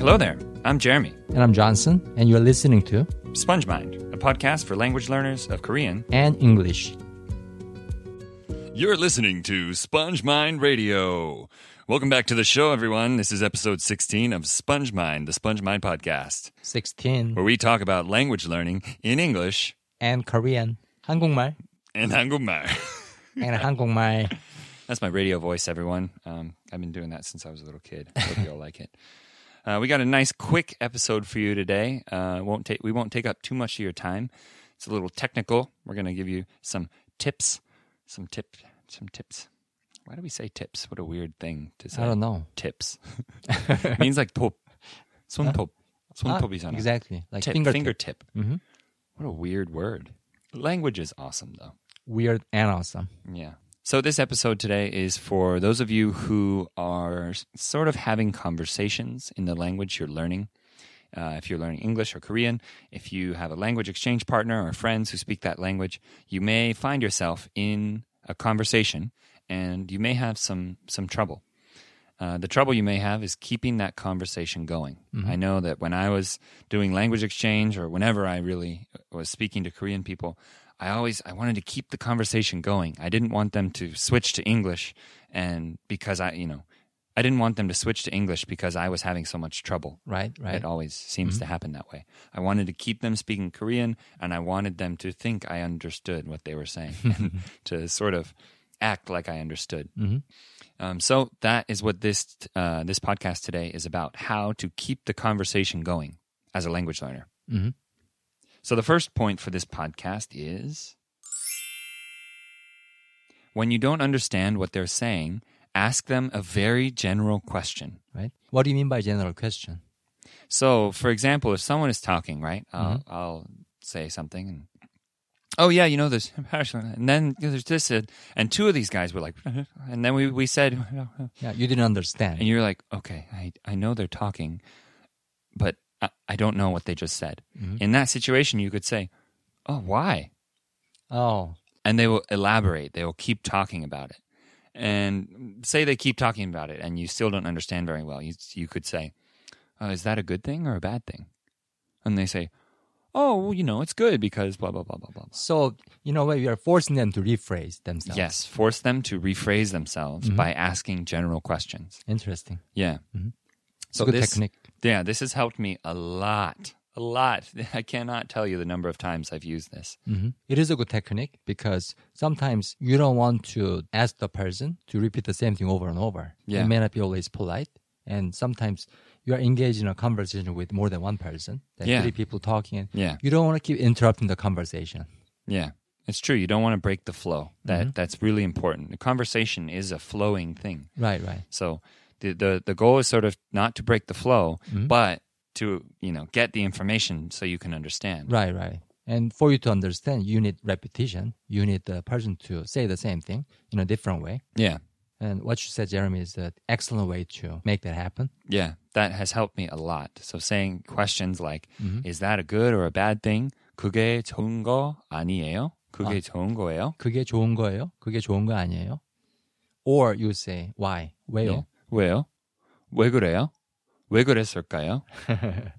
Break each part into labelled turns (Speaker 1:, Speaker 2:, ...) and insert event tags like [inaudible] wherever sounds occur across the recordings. Speaker 1: Hello there. I'm Jeremy.
Speaker 2: And I'm Johnson, and you're listening to
Speaker 1: Sponge Mind, a podcast for language learners of Korean.
Speaker 2: And English.
Speaker 1: You're listening to Sponge Mind Radio. Welcome back to the show, everyone. This is episode 16 of Sponge Mind, the Sponge Mind podcast,
Speaker 2: 16.
Speaker 1: where we talk about language learning in English
Speaker 2: And Korean. 한국말.
Speaker 1: and [laughs] Hangumar.
Speaker 2: And 한국말.
Speaker 1: That's my radio voice, everyone. Um, I've been doing that since I was a little kid. I hope you all like
Speaker 2: [laughs]
Speaker 1: it. Uh, we got a nice, quick episode for you today. Uh, won't take we won't take up too much of your time. It's a little technical. We're going to give you some tips, some tip, some tips. Why do we say tips? What a weird thing to say.
Speaker 2: I don't know. [laughs]
Speaker 1: Tips [laughs] It means like top, 손톱, 손톱이잖아.
Speaker 2: Ah, exactly. Like
Speaker 1: Tip,
Speaker 2: Mm-hmm. fingertip.
Speaker 1: fingertip. What a weird word. Language is awesome, though.
Speaker 2: Weird and awesome.
Speaker 1: Yeah. So this episode today is for those of you who are s- sort of having conversations in the language you're learning. Uh, if you're learning English or Korean, if you have a language exchange partner or friends who speak that language, you may find yourself in a conversation and you may have some some trouble. Uh, the trouble you may have is keeping that conversation going. I know that when I was doing language exchange or whenever I really uh, was speaking to Korean people, I always I wanted to keep the conversation going. I didn't want them to switch to English and because I, you know, I didn't want them to switch to English because I was having so much trouble.
Speaker 2: Right, right.
Speaker 1: It always seems to happen that way. I wanted to keep them speaking Korean and I wanted them to think I understood what they were saying and to sort of act like I understood. Um, so that is what this uh, this podcast today is about: how to keep the conversation going as a language learner.
Speaker 2: Mhm.
Speaker 1: So the first point for this podcast is when you don't understand what they're saying, ask them a very general question.
Speaker 2: Right? What do you mean by general question?
Speaker 1: So, for example, if someone is talking, right, I'll, I'll say something and, oh, yeah, you know, [laughs] there's, and then there's this, and and two of these guys were like, [laughs] and then we, we said,
Speaker 2: Yeah, you didn't understand.
Speaker 1: and you're like, okay, I, I know they're talking, but I, I don't know what they just said. In that situation, you could say, oh, why?
Speaker 2: oh,
Speaker 1: And they will elaborate, they will keep talking about it. And say they keep talking about it and you still don't understand very well. You, you could say, oh, is that a good thing or a bad thing? And they say, oh, well, you know, it's good because blah, blah, blah, blah, blah. blah.
Speaker 2: so you know what? You are forcing them to rephrase themselves.
Speaker 1: Yes, force them to rephrase themselves by asking general questions.
Speaker 2: Interesting.
Speaker 1: Yeah.
Speaker 2: It's a good technique.
Speaker 1: Yeah, this has helped me a lot. A lot. [laughs] I cannot tell you the number of times I've used this.
Speaker 2: Mhm. It is a good technique because sometimes you don't want to ask the person to repeat the same thing over and over.
Speaker 1: Yeah.
Speaker 2: It may not be always polite. And sometimes you are engaged in a conversation with more than one person, like
Speaker 1: Yeah.
Speaker 2: three people talking. And
Speaker 1: Yeah.
Speaker 2: You don't want to keep interrupting the conversation.
Speaker 1: Yeah. It's true. You don't want to break the flow. That that's really important. The conversation is a flowing thing.
Speaker 2: Right, right.
Speaker 1: So the the, the goal is sort of not to break the flow,
Speaker 2: Mm-hmm.
Speaker 1: but to, you know, get the information so you can understand.
Speaker 2: Right, right. And for you to understand, you need repetition. You need the person to say the same thing in a different way.
Speaker 1: Yeah.
Speaker 2: And what you said, Jeremy, is an excellent way to make that happen.
Speaker 1: Yeah, that has helped me a lot. So saying questions like,
Speaker 2: Mm-hmm.
Speaker 1: "Is that a good or a bad thing?" 그게 좋은 거 아니에요? 그게 좋은 거예요?
Speaker 2: 그게 좋은 거예요? 그게 좋은 거 아니에요? Or you say, why? 왜요?
Speaker 1: Yeah. 왜요? 왜 그래요? 왜
Speaker 2: [laughs]
Speaker 1: 그랬을까요?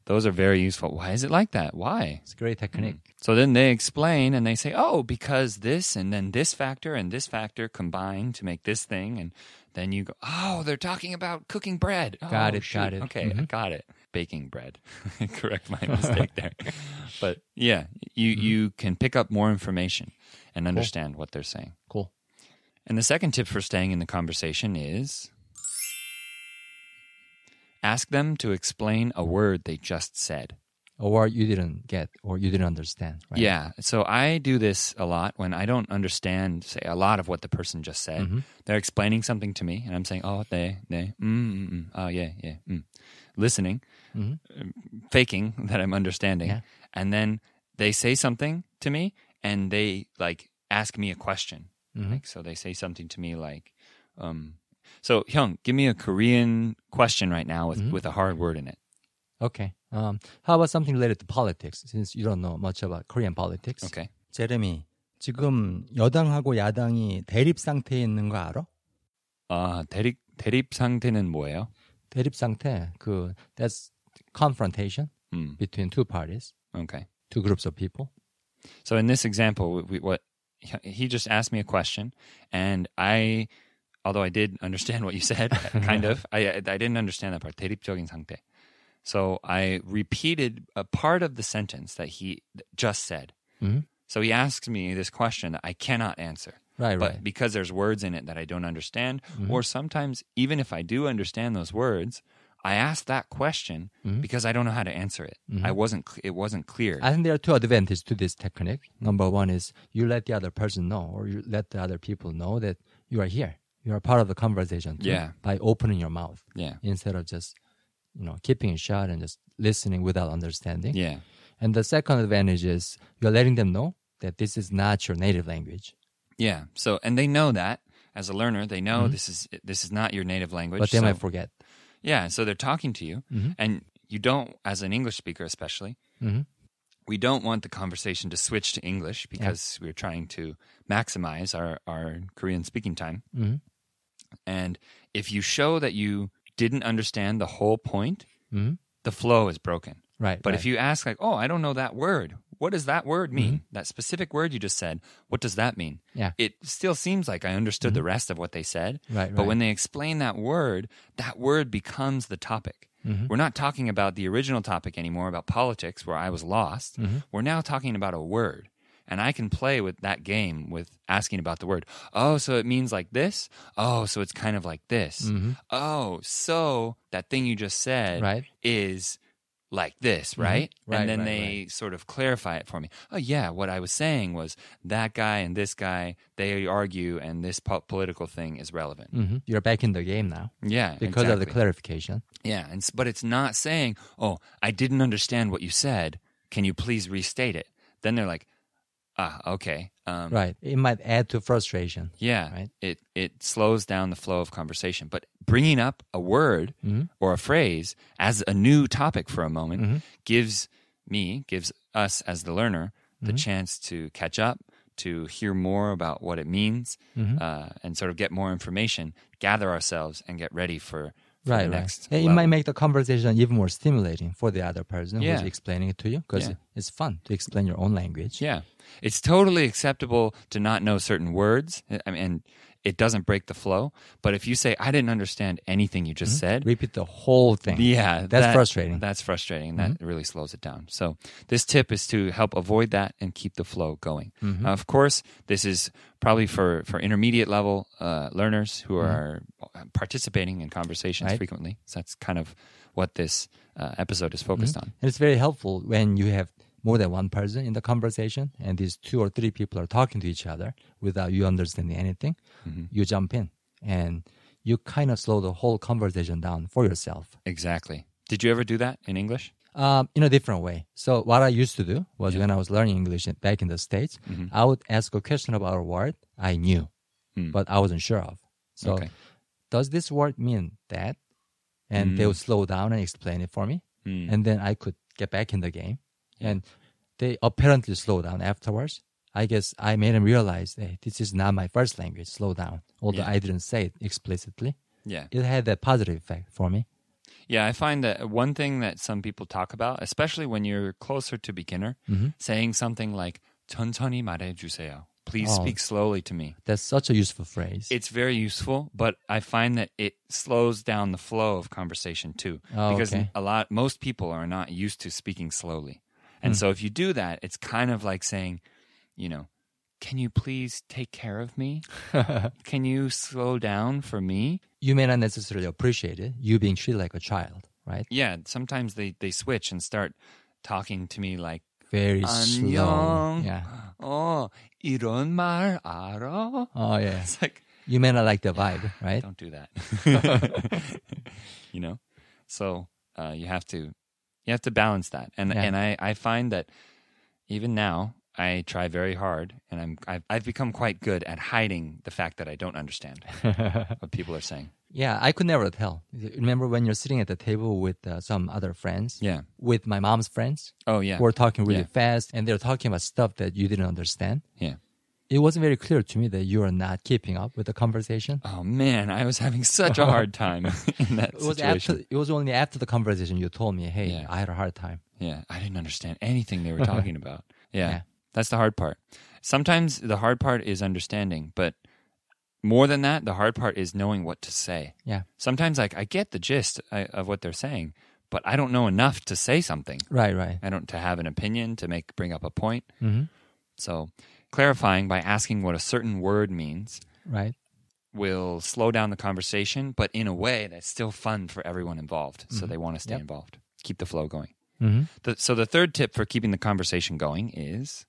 Speaker 1: Those are very useful. Why is it like that? Why?
Speaker 2: It's a great technique.
Speaker 1: So then they explain and they say, "Oh, because this and then this factor and this factor combine to make this thing." And then you go, "Oh, they're talking about cooking bread." Oh,
Speaker 2: Got it, got
Speaker 1: shoot.
Speaker 2: it. Mm-hmm.
Speaker 1: Okay, I got it. Baking bread. [laughs] Correct
Speaker 2: [laughs]
Speaker 1: my mistake there. But yeah, you
Speaker 2: Mm-hmm.
Speaker 1: you can pick up more information and understand what they're saying.
Speaker 2: Cool.
Speaker 1: And the second tip for staying in the conversation is ask them to explain a word they just said.
Speaker 2: Or you didn't get, or you didn't understand. Right?
Speaker 1: Yeah. So I do this a lot when I don't understand, say, a lot of what the person just said.
Speaker 2: Mm-hmm.
Speaker 1: They're explaining something to me, and I'm saying, oh, they, they, mm, mm, mm, oh, yeah, yeah, mm. Listening, um, faking [laughs] that I'm understanding.
Speaker 2: Mm-hmm. Yeah.
Speaker 1: And then they say something to me, and they like ask me a question.
Speaker 2: Mm-hmm.
Speaker 1: Like, so they say something to me like, um, so Hyung, give me a Korean question right now with,
Speaker 2: Mm-hmm.
Speaker 1: with a hard word in it.
Speaker 2: Okay. Um, how about something related to politics? Since you don't know much about Korean politics.
Speaker 1: Okay.
Speaker 2: 제레미, 지금 여당하고 야당이 대립 상태에 있는 거 알아?
Speaker 1: 아, 대립, 대립 상태는 뭐예요?
Speaker 2: 대립 상태. 그 that's confrontation
Speaker 1: Mm.
Speaker 2: between two parties,
Speaker 1: Okay.
Speaker 2: two groups of people.
Speaker 1: So in this example, we, what he just asked me a question, and I, although I did understand [laughs] what you
Speaker 2: [laughs]
Speaker 1: said, kind of, I I didn't understand that part. 대립적인 상태. So I repeated a part of the sentence that he just said.
Speaker 2: Mhm.
Speaker 1: So he asks me this question that I cannot answer.
Speaker 2: Right,
Speaker 1: but
Speaker 2: right. Mm-hmm.
Speaker 1: because there's words in it that I don't understand, or sometimes even if I do understand those words, I ask that question because I don't know how to answer it. I wasn't. cl- It wasn't clear.
Speaker 2: Mm-hmm. I think there are two advantages to this technique. Number one is you let the other person know, or you let the other people know that you are here. You are part of the conversation too,
Speaker 1: Yeah.
Speaker 2: by opening your mouth
Speaker 1: yeah.
Speaker 2: instead of just, you know, keeping it shut and just listening without understanding.
Speaker 1: Yeah.
Speaker 2: And the second advantage is you're letting them know that this is not your native language,
Speaker 1: Yeah. So and they know that as a learner, they know this is this is not your native language.
Speaker 2: Mm-hmm. but they
Speaker 1: so,
Speaker 2: might Mm-hmm. forget.
Speaker 1: yeah. So they're talking to you, and you don't, as an English speaker, especially.
Speaker 2: Mhm.
Speaker 1: We don't want the conversation to switch to English because we're trying to maximize our, our Korean speaking time.
Speaker 2: Mhm.
Speaker 1: And if you show that you didn't understand the whole point,
Speaker 2: Mhm.
Speaker 1: the flow is broken.
Speaker 2: Right.
Speaker 1: But
Speaker 2: right.
Speaker 1: if you ask, like, oh, I don't know that word. What does that word mean? That specific word you just said, what does that mean?
Speaker 2: Mm-hmm. Yeah.
Speaker 1: It
Speaker 2: Mm-hmm.
Speaker 1: still seems like I understood the rest of what they said.
Speaker 2: Right,
Speaker 1: But
Speaker 2: right.
Speaker 1: when they explain that word, that word becomes the topic.
Speaker 2: Mm-hmm.
Speaker 1: We're not talking about the original topic anymore about politics where I was lost.
Speaker 2: Mm-hmm.
Speaker 1: We're now talking about a word. And I can play with that game with asking about the word. Oh, so it means like this? Oh, so it's kind of like this. Oh, so that thing you just said
Speaker 2: Mm-hmm. Right.
Speaker 1: is like this, right?
Speaker 2: Mm-hmm. Right,
Speaker 1: and then
Speaker 2: right,
Speaker 1: they sort of clarify it for me. Oh, yeah, what I was saying was that guy and this guy, they argue, and this po- political thing is relevant.
Speaker 2: Mhm. you're back in the game now
Speaker 1: Yeah,
Speaker 2: because of the
Speaker 1: exactly.
Speaker 2: clarification.
Speaker 1: yeah, and, s- but it's not saying, "Oh, I didn't understand what you said. Can you please restate it?" Then they're like, "Ah, okay." Um,
Speaker 2: Right. It might add to frustration.
Speaker 1: Yeah,
Speaker 2: Right.
Speaker 1: it it slows down the flow of conversation. But bringing up a word
Speaker 2: Mm-hmm.
Speaker 1: or a phrase as a new topic for a moment gives me, gives us as the learner, the
Speaker 2: Mm-hmm.
Speaker 1: chance to catch up, to hear more about what it means,
Speaker 2: Mm-hmm.
Speaker 1: uh, and sort of get more information, gather ourselves, and get ready for, for
Speaker 2: right,
Speaker 1: the
Speaker 2: right.
Speaker 1: next.
Speaker 2: And it
Speaker 1: level.
Speaker 2: might make the conversation even more stimulating for the other person
Speaker 1: Yeah.
Speaker 2: who's explaining it to you because
Speaker 1: Yeah.
Speaker 2: it's fun to explain your own language.
Speaker 1: Yeah. It's totally acceptable to not know certain words. I mean, and it doesn't break the flow. But if you say, I didn't understand anything you
Speaker 2: Mm-hmm.
Speaker 1: just said,
Speaker 2: Repeat the whole thing.
Speaker 1: yeah,
Speaker 2: That's frustrating. Mm-hmm.
Speaker 1: That's frustrating. and That really slows it down. So, this tip is to help avoid that and keep the flow going.
Speaker 2: Mm-hmm.
Speaker 1: Now, of course, this is probably for, for intermediate level uh, learners who are participating in conversations
Speaker 2: Mm-hmm. Right.
Speaker 1: frequently. So, that's kind of what this uh, episode is
Speaker 2: Mm-hmm.
Speaker 1: focused on.
Speaker 2: And it's very helpful when you have more than one person in the conversation and these two or three people are talking to each other without you understanding anything.
Speaker 1: Mm-hmm.
Speaker 2: You jump in and you kind of slow the whole conversation down for yourself
Speaker 1: Exactly. Did you ever do that in English?
Speaker 2: um, in a different way. So, what I used to do was when I was learning English in- back in the States,
Speaker 1: Mm-hmm.
Speaker 2: I would ask a question about a word I knew, but I wasn't sure of. So,
Speaker 1: Hmm. Okay.
Speaker 2: does this word mean that? And
Speaker 1: Hmm.
Speaker 2: they would slow down and explain it for me. And then I could get back in the game. And they apparently slow down afterwards. I guess I made them realize, hey, this is not my first language, slow down. Although
Speaker 1: Yeah.
Speaker 2: I didn't say it explicitly,
Speaker 1: Yeah.
Speaker 2: it had that positive effect for me.
Speaker 1: Yeah, I find that one thing that some people talk about, especially when you're closer to beginner,
Speaker 2: Mm-hmm.
Speaker 1: saying something like "천천히 말해주세요." Please
Speaker 2: Oh.
Speaker 1: speak slowly to me.
Speaker 2: That's such a useful phrase.
Speaker 1: It's very useful, but I find that it slows down the flow of conversation too,
Speaker 2: Oh,
Speaker 1: because
Speaker 2: okay.
Speaker 1: a lot most people are not used to speaking slowly,
Speaker 2: Hmm.
Speaker 1: and so if you do that, it's kind of like saying, you know, can you please take care of
Speaker 2: [laughs]
Speaker 1: me? can you slow down for me?
Speaker 2: you may not necessarily appreciate it, you being treated like a child, right?
Speaker 1: Yeah, sometimes they they switch and start talking to me like.
Speaker 2: Very slow.
Speaker 1: 안녕.
Speaker 2: Yeah.
Speaker 1: 어, 이런 말 알아?
Speaker 2: Oh
Speaker 1: [laughs]
Speaker 2: yeah.
Speaker 1: It's like,
Speaker 2: You may not like the vibe, right?
Speaker 1: don't do that. [laughs] you know? So uh, you have to you have to balance that. And
Speaker 2: Yeah.
Speaker 1: and I, I find that even now I try very hard and I'm I've, I've become quite good at hiding the fact that I don't [laughs] understand what people are saying.
Speaker 2: Yeah, I could never tell. Remember when you're sitting at the table with uh, some other friends?
Speaker 1: Yeah.
Speaker 2: With my mom's friends
Speaker 1: Oh yeah.
Speaker 2: who are talking really
Speaker 1: Yeah.
Speaker 2: fast and they're talking about stuff that you didn't understand.
Speaker 1: yeah.
Speaker 2: it wasn't very clear to me that you are not keeping up with the conversation.
Speaker 1: Oh man, I was having such [laughs] a hard time in that
Speaker 2: It was
Speaker 1: situation.
Speaker 2: after it was only after the conversation you told me, hey,
Speaker 1: Yeah.
Speaker 2: I had a hard time.
Speaker 1: Yeah, I didn't understand anything
Speaker 2: [laughs]
Speaker 1: they were talking about. Yeah,
Speaker 2: Yeah.
Speaker 1: that's the hard part. Sometimes the hard part is understanding, but more than that, the hard part is knowing what to say.
Speaker 2: Yeah.
Speaker 1: Sometimes, like, I get the gist I, of what they're saying, but I don't know enough to say something.
Speaker 2: Right, right.
Speaker 1: I don't to have an opinion to make bring up a point.
Speaker 2: hmm
Speaker 1: So, clarifying by asking what a certain word means
Speaker 2: Right.
Speaker 1: will slow down the conversation, but in a way that's still fun for everyone involved. So they want to stay
Speaker 2: Mm-hmm. Yep.
Speaker 1: involved, keep the flow going.
Speaker 2: hmm
Speaker 1: The, so the third tip for keeping the conversation going is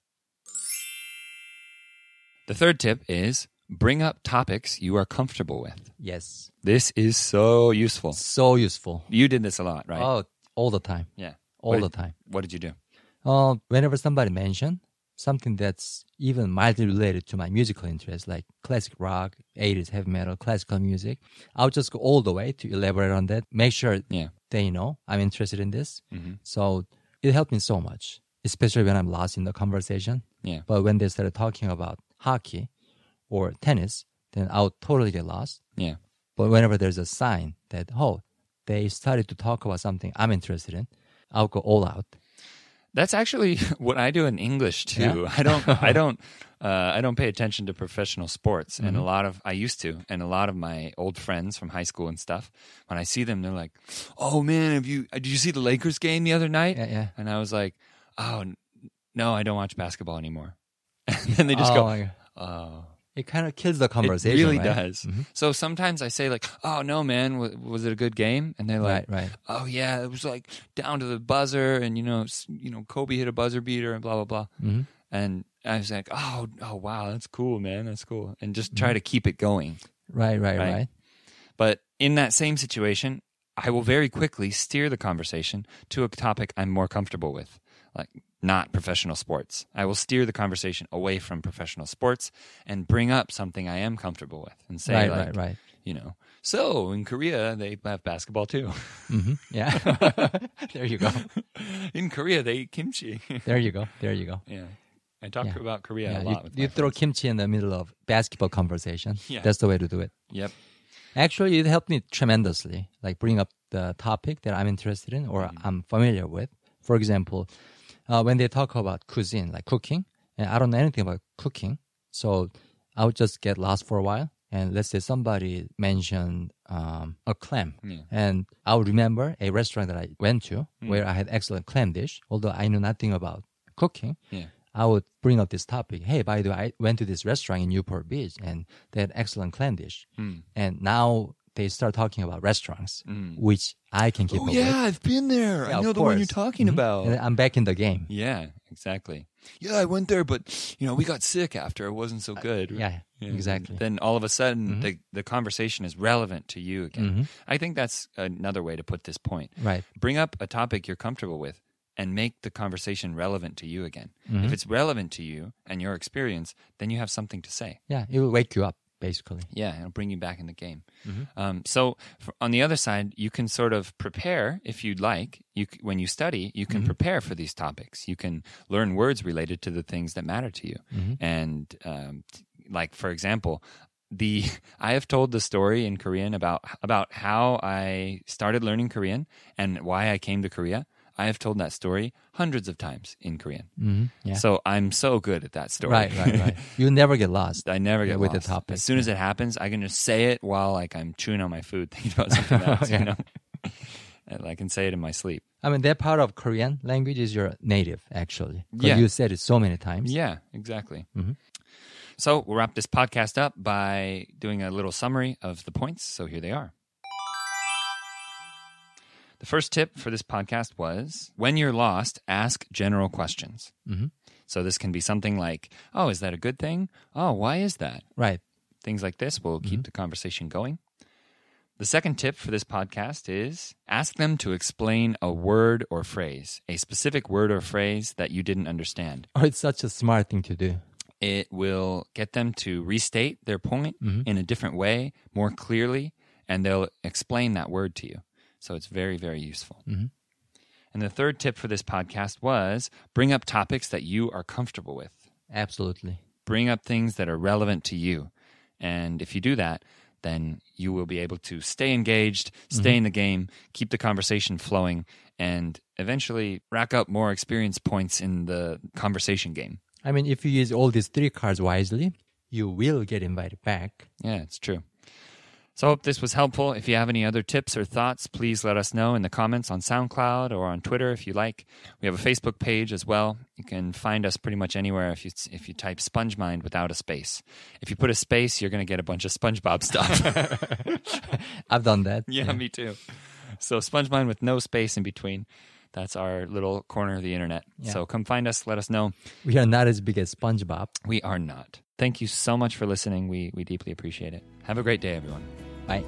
Speaker 1: the third tip is bring up topics you are comfortable with.
Speaker 2: Yes.
Speaker 1: This is so useful.
Speaker 2: So useful.
Speaker 1: You did this a lot, right?
Speaker 2: Oh, all the time.
Speaker 1: yeah.
Speaker 2: All
Speaker 1: What
Speaker 2: the
Speaker 1: did-
Speaker 2: time.
Speaker 1: What did you do?
Speaker 2: Uh, whenever somebody mentioned something that's even mildly related to my musical interest, like classic rock, 80s heavy metal, classical music, I'll just go all the way to elaborate on that, make sure
Speaker 1: Yeah.
Speaker 2: they know I'm interested in this.
Speaker 1: Mhm.
Speaker 2: So it helped me so much, especially when I'm lost in the conversation.
Speaker 1: Yeah.
Speaker 2: But when they started talking about hockey or tennis, then I'll totally get lost.
Speaker 1: Yeah.
Speaker 2: But whenever there's a sign that, oh, they started to talk about something I'm interested in, I'll go all out.
Speaker 1: That's actually [laughs] what I do in English too. [laughs] I don't,
Speaker 2: [laughs]
Speaker 1: I don't, uh, I don't pay attention to professional sports, and
Speaker 2: Mm-hmm.
Speaker 1: a lot of I used to, and a lot of my old friends from high school and stuff. When I see them, they're like, "Oh man, have you? Did you see the Lakers game the other night?"
Speaker 2: Yeah, yeah.
Speaker 1: And I was like, "Oh n- no, I don't watch basketball anymore." [laughs] and then they just
Speaker 2: Oh,
Speaker 1: go,
Speaker 2: my God.
Speaker 1: "Oh,
Speaker 2: It kind of kills the
Speaker 1: it
Speaker 2: conversation.
Speaker 1: really
Speaker 2: right? Mm-hmm.
Speaker 1: does." So sometimes I say like, "Oh no, man, was, was it a good game?" And they're like,
Speaker 2: Right, right.
Speaker 1: oh yeah, it was like down to the buzzer, and you know, s- you know, Kobe hit a buzzer beater, and blah blah blah.
Speaker 2: Mhm.
Speaker 1: And I was like, oh, oh wow, that's cool, man, that's cool, and just
Speaker 2: Mm-hmm.
Speaker 1: try to keep it going.
Speaker 2: Right, right,
Speaker 1: Right.
Speaker 2: right.
Speaker 1: But in that same situation, I will very quickly steer the conversation to a topic I'm more comfortable with, like not professional sports. I will steer the conversation away from professional sports and bring up something I am comfortable with, and say,
Speaker 2: Right,
Speaker 1: like,
Speaker 2: right, right.
Speaker 1: you know, so in Korea they have basketball too. [laughs]
Speaker 2: hmm Yeah. there you go.
Speaker 1: in Korea they eat kimchi. [laughs]
Speaker 2: There you go. There you go.
Speaker 1: Yeah. I talk
Speaker 2: Yeah.
Speaker 1: about Korea a
Speaker 2: you,
Speaker 1: lot. with
Speaker 2: you
Speaker 1: my
Speaker 2: throw
Speaker 1: friends.
Speaker 2: kimchi in the middle of basketball conversation.
Speaker 1: Yeah.
Speaker 2: That's the way to do it.
Speaker 1: Yep.
Speaker 2: Actually, it helped me tremendously. Like bring up the topic that I'm interested in or I'm familiar with. For example, uh, when they talk about cuisine, like cooking, and I don't know anything about cooking, so I would just get lost for a while. And let's say somebody mentioned um, a clam,
Speaker 1: Yeah.
Speaker 2: and I would remember a restaurant that I went to where I had excellent clam dish, although I knew nothing about cooking.
Speaker 1: Yeah.
Speaker 2: I would bring up this topic. Hey, by the way, I went to this restaurant in Newport Beach and they had excellent clam dish.
Speaker 1: Hmm.
Speaker 2: And now they start talking about restaurants, which I can keep
Speaker 1: Oh
Speaker 2: up with.
Speaker 1: yeah, I've been there.
Speaker 2: Yeah,
Speaker 1: I
Speaker 2: of
Speaker 1: know the one you're
Speaker 2: course. Mm-hmm.
Speaker 1: talking about.
Speaker 2: And I'm back in the game.
Speaker 1: yeah, exactly. Yeah, I went there, but you know, we got sick after. It wasn't so good.
Speaker 2: Uh, yeah, exactly. Mm-hmm.
Speaker 1: Then all of a sudden, the the conversation is relevant to you again. I think that's another way to put this point.
Speaker 2: Right.
Speaker 1: Bring up a topic you're comfortable with and make the conversation relevant to you again.
Speaker 2: Mm-hmm.
Speaker 1: If it's relevant to you and your experience, then you have something to say.
Speaker 2: Yeah, it will wake you up, basically.
Speaker 1: Yeah, it'll bring you back in the game.
Speaker 2: Mm-hmm.
Speaker 1: Um, so f on the other side, you can sort of prepare if you'd like. You c- when you study, you can
Speaker 2: Mm-hmm.
Speaker 1: prepare for these topics. You can learn words related to the things that matter to you.
Speaker 2: Mm-hmm.
Speaker 1: And um, t- like for example, the [laughs] I have told the story in Korean about about how I started learning Korean and why I came to Korea. I have told that story hundreds of times in Korean.
Speaker 2: Mm-hmm. Yeah.
Speaker 1: So I'm so good at that story.
Speaker 2: Right, right,
Speaker 1: [laughs]
Speaker 2: right. you never get lost.
Speaker 1: I never get
Speaker 2: with the
Speaker 1: lost. As
Speaker 2: topic.
Speaker 1: soon as it happens, I can just say it while like I'm chewing on my food, [laughs] thinking about something else. You
Speaker 2: [laughs] Yeah.
Speaker 1: know, [laughs] and I can say it in my sleep.
Speaker 2: I mean, that part of Korean language is your native, actually. 'Cause
Speaker 1: Yeah.
Speaker 2: You said it so many times.
Speaker 1: Yeah, exactly.
Speaker 2: Mm-hmm.
Speaker 1: So we'll wrap this podcast up by doing a little summary of the points. So here they are. The first tip for this podcast was when you're lost, ask general questions.
Speaker 2: Mhm.
Speaker 1: So this can be something like, "Oh, is that a good thing? Oh, why is that?"
Speaker 2: Right. [laughs]
Speaker 1: things like this will keep the conversation going. The second tip for this podcast is ask them to explain a word or phrase, a specific word or phrase that you didn't understand.
Speaker 2: Oh, it's such a smart thing to do.
Speaker 1: It will get them to restate their point in a different way, more clearly, and they'll explain that word to you. So it's very, very useful. And the third tip for this podcast was bring up topics that you are comfortable with.
Speaker 2: Absolutely.
Speaker 1: bring up things that are relevant to you. And if you do that, then you will be able to stay engaged, stay in the game, keep the conversation flowing, and eventually rack up more experience points in the conversation game.
Speaker 2: I mean, if you use all these three cards wisely, you will get invited back.
Speaker 1: Yeah, it's true. So I hope this was helpful. If you have any other tips or thoughts, please let us know in the comments on SoundCloud or on Twitter if you like. We have a Facebook page as well. You can find us pretty much anywhere if you if you type SpongeMind without a space. If you put a space, you're going to get a bunch of SpongeBob stuff. [laughs]
Speaker 2: I've done that.
Speaker 1: yeah, me too. So SpongeMind with no space in between. That's our little corner of the internet. So come find us, let us know.
Speaker 2: We are not as big as SpongeBob.
Speaker 1: We are not. Thank you so much for listening. We we deeply appreciate it. Have a great day everyone.
Speaker 2: Bye.